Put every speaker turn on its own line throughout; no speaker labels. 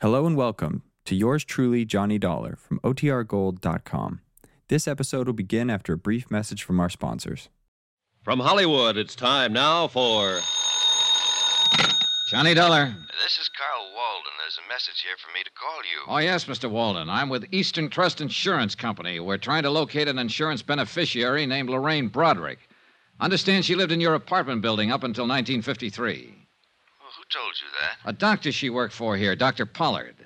Hello and welcome to yours truly, Johnny Dollar from OTRGold.com. This episode will begin after a brief message from our sponsors.
From Hollywood, it's time now for.
Johnny Dollar.
This is Carl Walden. There's a message here for me to call you.
Oh, yes, Mr. Walden. I'm with Eastern Trust Insurance Company. We're trying to locate an insurance beneficiary named Lorraine Broderick. Understand she lived in your apartment building up until 1953.
Well, who told you that?
A doctor she worked for here, Dr. Pollard.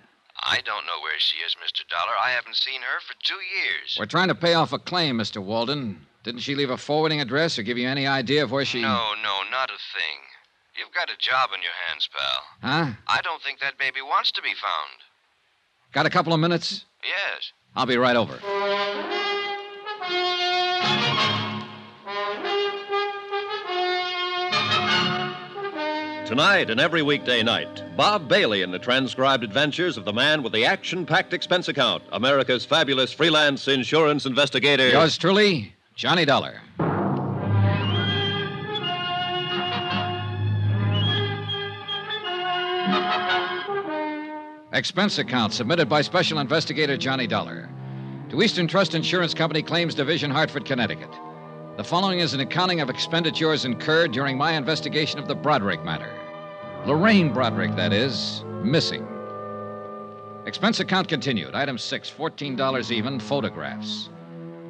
I don't know where she is, Mr. Dollar. I haven't seen her for two years.
We're trying to pay off a claim, Mr. Walden. Didn't she leave a forwarding address or give you any idea of where she.
No, no, not a thing. You've got a job on your hands, pal.
Huh?
I don't think that baby wants to be found.
Got a couple of minutes?
Yes.
I'll be right over.
Tonight and every weekday night, Bob Bailey in the transcribed adventures of the man with the action packed expense account, America's fabulous freelance insurance investigator.
Yours truly, Johnny Dollar. Expense account submitted by Special Investigator Johnny Dollar to Eastern Trust Insurance Company Claims Division, Hartford, Connecticut. The following is an accounting of expenditures incurred during my investigation of the Broderick matter. Lorraine Broderick, that is, missing. Expense account continued. Item six, $14 even, photographs.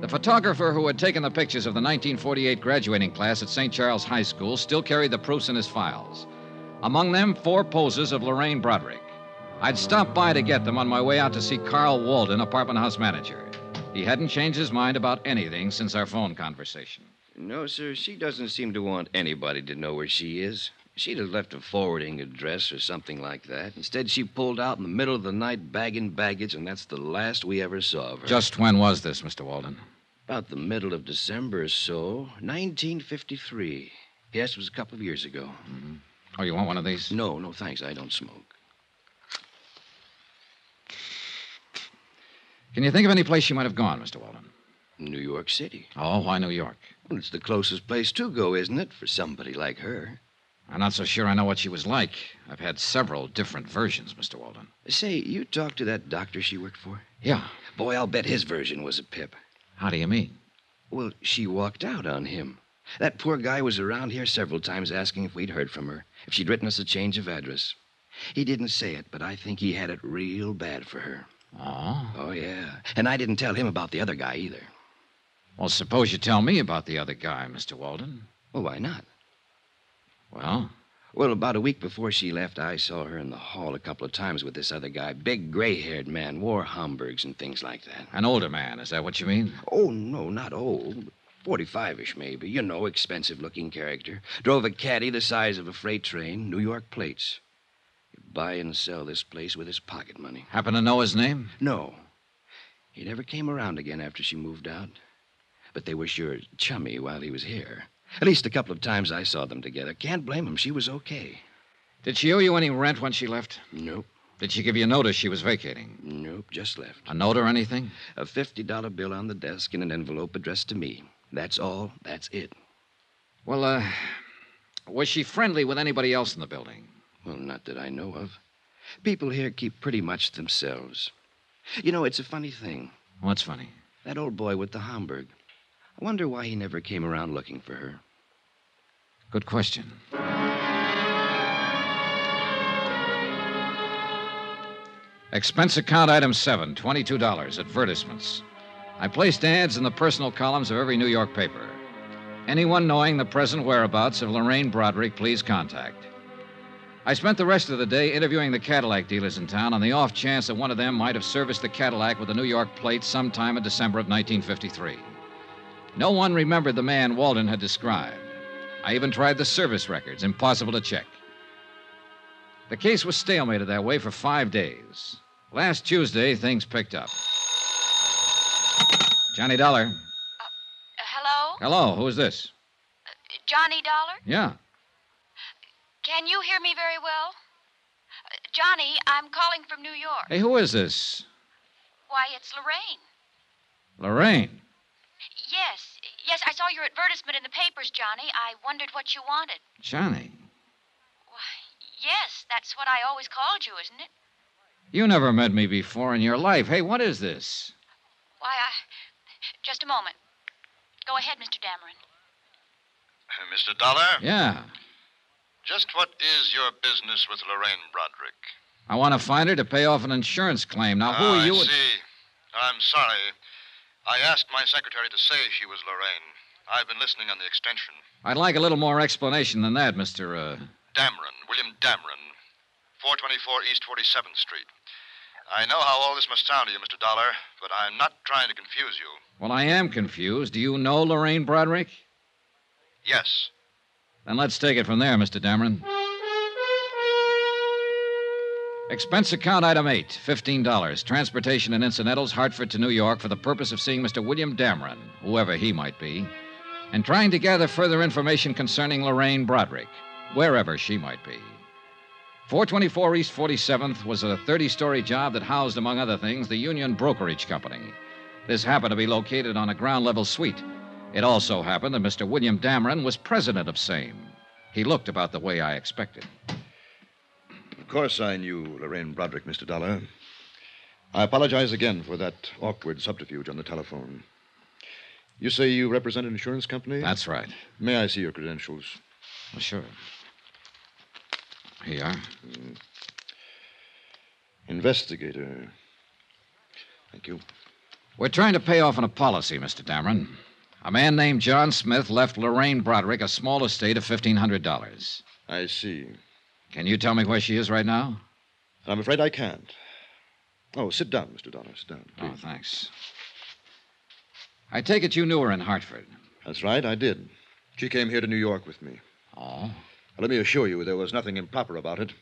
The photographer who had taken the pictures of the 1948 graduating class at St. Charles High School still carried the proofs in his files. Among them, four poses of Lorraine Broderick. I'd stopped by to get them on my way out to see Carl Walden, apartment house manager. He hadn't changed his mind about anything since our phone conversation.
No, sir. She doesn't seem to want anybody to know where she is. She'd have left a forwarding address or something like that. Instead, she pulled out in the middle of the night bagging baggage, and that's the last we ever saw of her.
Just when was this, Mr. Walden?
About the middle of December or so, 1953. Yes, it was a couple of years ago.
Oh, you want one of these?
No, no, thanks. I don't smoke.
Can you think of any place she might have gone, Mr. Walden?
New York City.
Oh, why New York?
Well, it's the closest place to go, isn't it, for somebody like her?
I'm not so sure I know what she was like. I've had several different versions, Mr. Walden.
Say, you talked to that doctor she worked for?
Yeah.
Boy, I'll bet his version was a pip.
How do you mean?
Well, she walked out on him. That poor guy was around here several times asking if we'd heard from her, if she'd written us a change of address. He didn't say it, but I think he had it real bad for her.
Oh.
Oh, yeah. And I didn't tell him about the other guy either.
Well, suppose you tell me about the other guy, Mr. Walden.
Well, why not?
Well,
Well, about a week before she left, I saw her in the hall a couple of times with this other guy. Big gray haired man, wore Homburgs and things like that.
an older man, is that what you mean?
Oh, no, not old. 45 ish, maybe. You know, expensive looking character. Drove a caddy the size of a freight train, New York plates. He'd buy and sell this place with his pocket money.
Happen to know his name?
No. He never came around again after she moved out. But they were sure chummy while he was here. At least a couple of times I saw them together. Can't blame him. She was okay.
Did she owe you any rent when she left?
Nope,
Did she give you notice she was vacating?
nope, just left.
A note or anything?
A $50 bill on the desk in an envelope addressed to me. That's all. That's it.
Well, uh, was she friendly with anybody else in the building?
Well, not that I know of. People here keep pretty much themselves. You know, it's a funny thing.
What's funny?
That old boy with the Hamburg. I wonder why he never came around looking for her.
Good question. Expense account item seven, $22, advertisements. I placed ads in the personal columns of every New York paper. Anyone knowing the present whereabouts of Lorraine Broderick, please contact. I spent the rest of the day interviewing the Cadillac dealers in town on the off chance that one of them might have serviced the Cadillac with the New York plate sometime in December of 1953. No one remembered the man Walden had described. I even tried the service records, impossible to check. The case was stalemated that way for five days. Last Tuesday, things picked up. Johnny Dollar.
Uh, hello?
Hello, who's this?
Johnny Dollar?
Yeah.
Can you hear me very well? Uh, Johnny, I'm calling from New York.
Hey, who is this?
Why, it's Lorraine.
Lorraine.
Yes, yes, I saw your advertisement in the papers, Johnny. I wondered what you wanted.
Johnny.
Why, yes, that's what I always called you, isn't it?
You never met me before in your life. Hey, what is this?
Why, I. Just a moment. Go ahead, Mr. Dameron.
Mr. Uh, Dollar,
Yeah.
just what is your business with Lorraine Broderick?
I want to find her to pay off an insurance claim. Now, Uh, who
Ah,
are you?
I see. I'm sorry. I asked my secretary to say she was Lorraine. I've been listening on the extension.
I'd like a little more explanation than that, Mr. Uh...
Dameron, William Dameron, 424 East 47th Street. I know how all this must sound to you, Mr. Dollar, but I'm not trying to confuse you.
Well, I am confused. Do you know Lorraine Broderick?
Yes.
Then let's take it from there, Mr. Dameron. Expense account item eight, $15. Transportation and incidentals, Hartford to New York for the purpose of seeing Mr. William Dameron, whoever he might be, and trying to gather further information concerning Lorraine Broderick, wherever she might be. 424 East 47th was a 30 story job that housed, among other things, the Union Brokerage Company. This happened to be located on a ground level suite. It also happened that Mr. William Dameron was president of same. He looked about the way I expected.
Of course I knew Lorraine Broderick, Mr. Dollar. I apologize again for that awkward subterfuge on the telephone. You say you represent an insurance company?
That's right.
May I see your credentials?
Well, sure. Here you are.
Investigator. Thank you.
We're trying to pay off on a policy, Mr. Dameron. A man named John Smith left Lorraine Broderick a small estate of $1,500.
I see.
Can you tell me where she is right now?
I'm afraid I can't. Oh, sit down, Mr. Dollar. Sit down.
Oh,
please.
thanks. I take it you knew her in Hartford.
That's right, I did. She came here to New York with me.
Oh?
Let me assure you, there was nothing improper about it.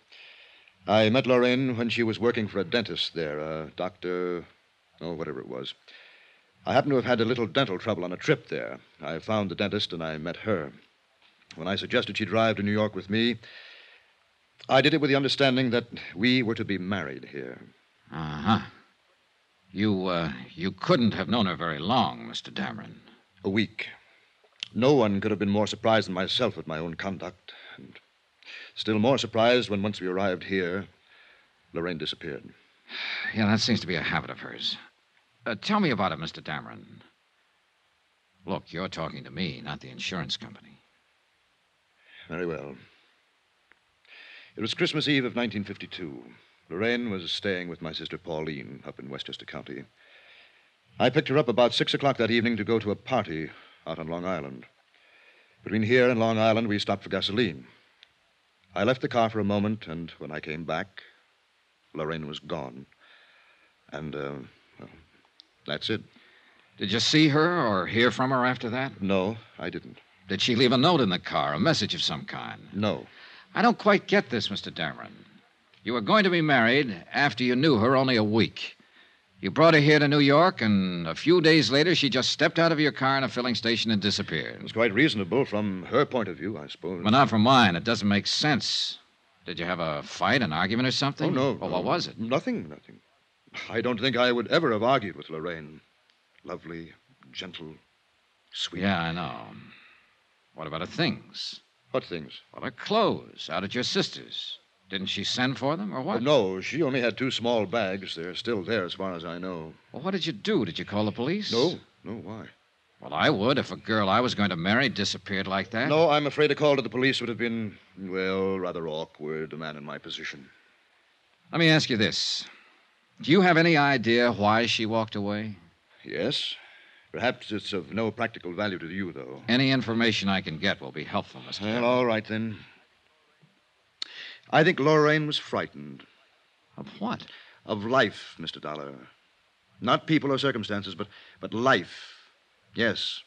I met Lorraine when she was working for a dentist there, a doctor, oh, whatever it was. I happened to have had a little dental trouble on a trip there. I found the dentist and I met her. When I suggested she drive to New York with me, I did it with the understanding that we were to be married here.
Uh huh. You, uh, you couldn't have known her very long, Mr. Dameron.
A week. No one could have been more surprised than myself at my own conduct, and still more surprised when once we arrived here, Lorraine disappeared.
Yeah, that seems to be a habit of hers. Uh, tell me about it, Mr. Dameron. Look, you're talking to me, not the insurance company.
Very well. It was Christmas Eve of 1952. Lorraine was staying with my sister Pauline up in Westchester County. I picked her up about six o'clock that evening to go to a party out on Long Island. Between here and Long Island, we stopped for gasoline. I left the car for a moment, and when I came back, Lorraine was gone. And, uh, well, that's it.
Did you see her or hear from her after that?
No, I didn't.
Did she leave a note in the car, a message of some kind?
No.
I don't quite get this, Mr. Dameron. You were going to be married after you knew her only a week. You brought her here to New York, and a few days later, she just stepped out of your car in a filling station and
It was
disappeared.
quite reasonable from her point of view, I suppose.
But not from mine. It doesn't make sense. Did you have a fight, an argument, or
Oh,
something?
no.
Well,
no.
what was it?
Nothing, nothing. I don't think I would ever have argued with Lorraine. Lovely, gentle, sweet.
Yeah, I know. What about her things?
What things?
Well, her clothes out at your sister's. Didn't she send for them, or what?
Oh, No, she only had two small bags. They're still there, as far as I know.
Well, what did you do? Did you call the police?
No, no, why?
Well, I would if a girl I was going to marry disappeared like that.
No, I'm afraid a call to the police would have been, well, rather awkward, a man in my position.
Let me ask you this. Do you have any idea why she walked away?
Yes. Perhaps it's of no practical value to you, though.
Any information I can get will be helpful, Mr. Dameron.
Well, all right, then. I think Lorraine was frightened.
Of what?
of life, Mr. Dollar. Not people or circumstances, but, but life. Yes.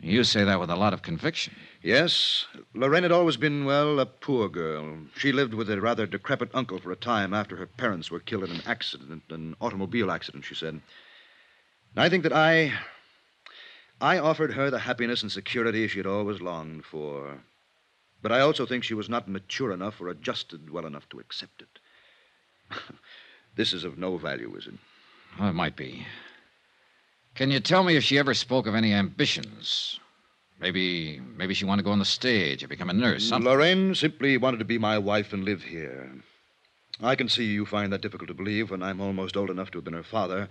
You say that with a lot of conviction.
Yes. Lorraine had always been, well, a poor girl. She lived with a rather decrepit uncle for a time after her parents were killed in an accident, an automobile accident, she said. And I think that I. I offered her the happiness and security she had always longed for. But I also think she was not mature enough or adjusted well enough to accept it. this is of no value, is it?
Well, it might be. Can you tell me if she ever spoke of any ambitions? Maybe, maybe she wanted to go on the stage or become a nurse. Something.
Lorraine simply wanted to be my wife and live here. I can see you find that difficult to believe when I'm almost old enough to have been her father.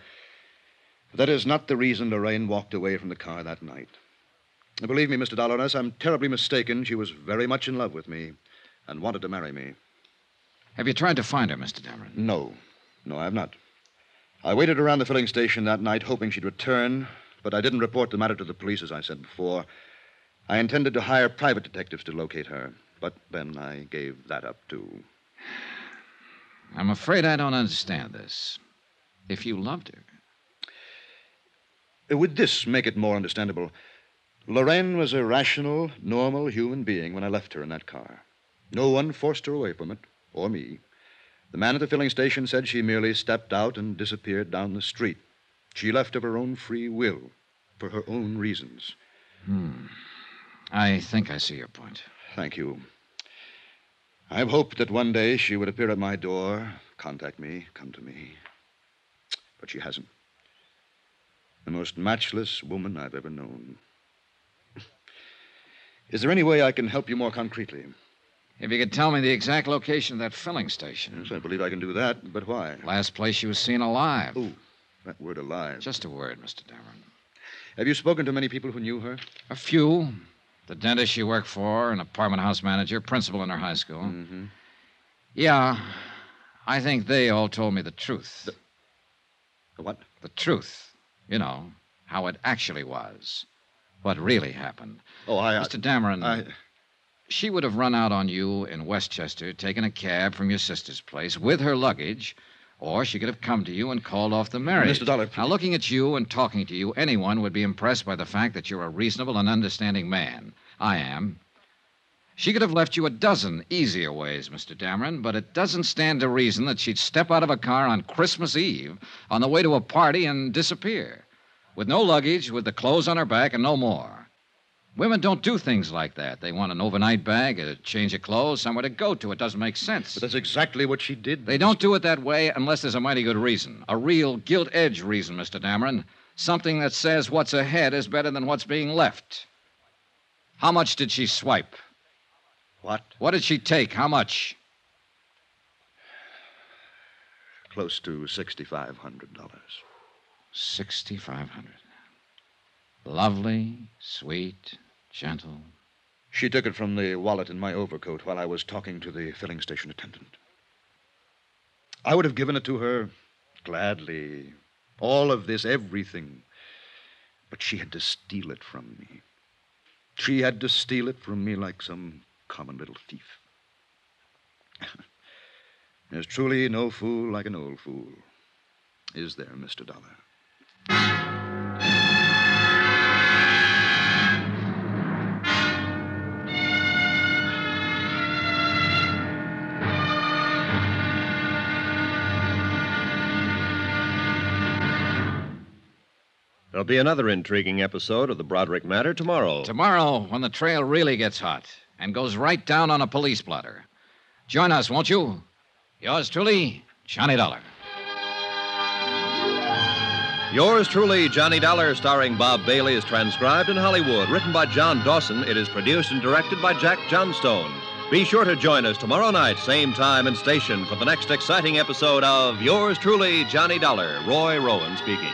But that is not the reason Lorraine walked away from the car that night. And believe me, Mr. Dolores, I'm terribly mistaken. She was very much in love with me and wanted to marry me.
Have you tried to find her, Mr. Dameron?
No. No, I have not. I waited around the filling station that night hoping she'd return, but I didn't report the matter to the police, as I said before. I intended to hire private detectives to locate her, but then I gave that up, too.
I'm afraid I don't understand this. If you loved her,
Uh, Would this make it more understandable? Lorraine was a rational, normal human being when I left her in that car. No one forced her away from it, or me. The man at the filling station said she merely stepped out and disappeared down the street. She left of her own free will, for her own reasons.
Hmm. I think I see your point.
Thank you. I've hoped that one day she would appear at my door, contact me, come to me. But she hasn't. The most matchless woman I've ever known. Is there any way I can help you more concretely?
If you could tell me the exact location of that filling station,
Yes, I believe I can do that, but why?
last place she was seen alive.
Oh. That word alive.
Just a word, Mr. Dameron.
Have you spoken to many people who knew her?
A few. The dentist she worked for, an apartment house manager, principal in her high school.
Mm-hmm.
Yeah, I think they all told me the truth.
What?
the truth. You know, how it actually was. What really happened.
Oh, I. I-
Mr. Dameron,
I,
she would have run out on you in Westchester, taken a cab from your sister's place with her luggage, or she could have come to you and called off the marriage.
Mr. Dollar,
Now, looking at you and talking to you, anyone would be impressed by the fact that you're a reasonable and understanding man. I am. She could have left you a dozen easier ways, Mr. Dameron, but it doesn't stand to reason that she'd step out of a car on Christmas Eve on the way to a party and disappear. With no luggage, with the clothes on her back, and no more. Women don't do things like that. They want an overnight bag, a change of clothes, somewhere to go to. It doesn't make sense.
but that's exactly what she did.
They don't do it that way unless there's a mighty good reason. A real gilt edge reason, Mr. Dameron. Something that says what's ahead is better than what's being left. How much did she swipe?
What?
What did she take? How much?
Close to $6,500.
Sixty-five hundred. Lovely, sweet, gentle.
She took it from the wallet in my overcoat while I was talking to the filling station attendant. I would have given it to her gladly. All of this, everything. But she had to steal it from me. She had to steal it from me like some common little thief. There's truly no fool like an old fool. Is there, Mr. Dollar?
There'll be another intriguing episode of the Broderick Matter tomorrow.
Tomorrow, when the trail really gets hot and goes right down on a police blotter, join us, won't you? Yours truly, Johnny Dollar.
Yours truly, Johnny Dollar, starring Bob Bailey, is transcribed in Hollywood. Written by John Dawson, it is produced and directed by Jack Johnstone. Be sure to join us tomorrow night, same time and station, for the next exciting episode of Yours truly, Johnny Dollar. Roy Rowan speaking.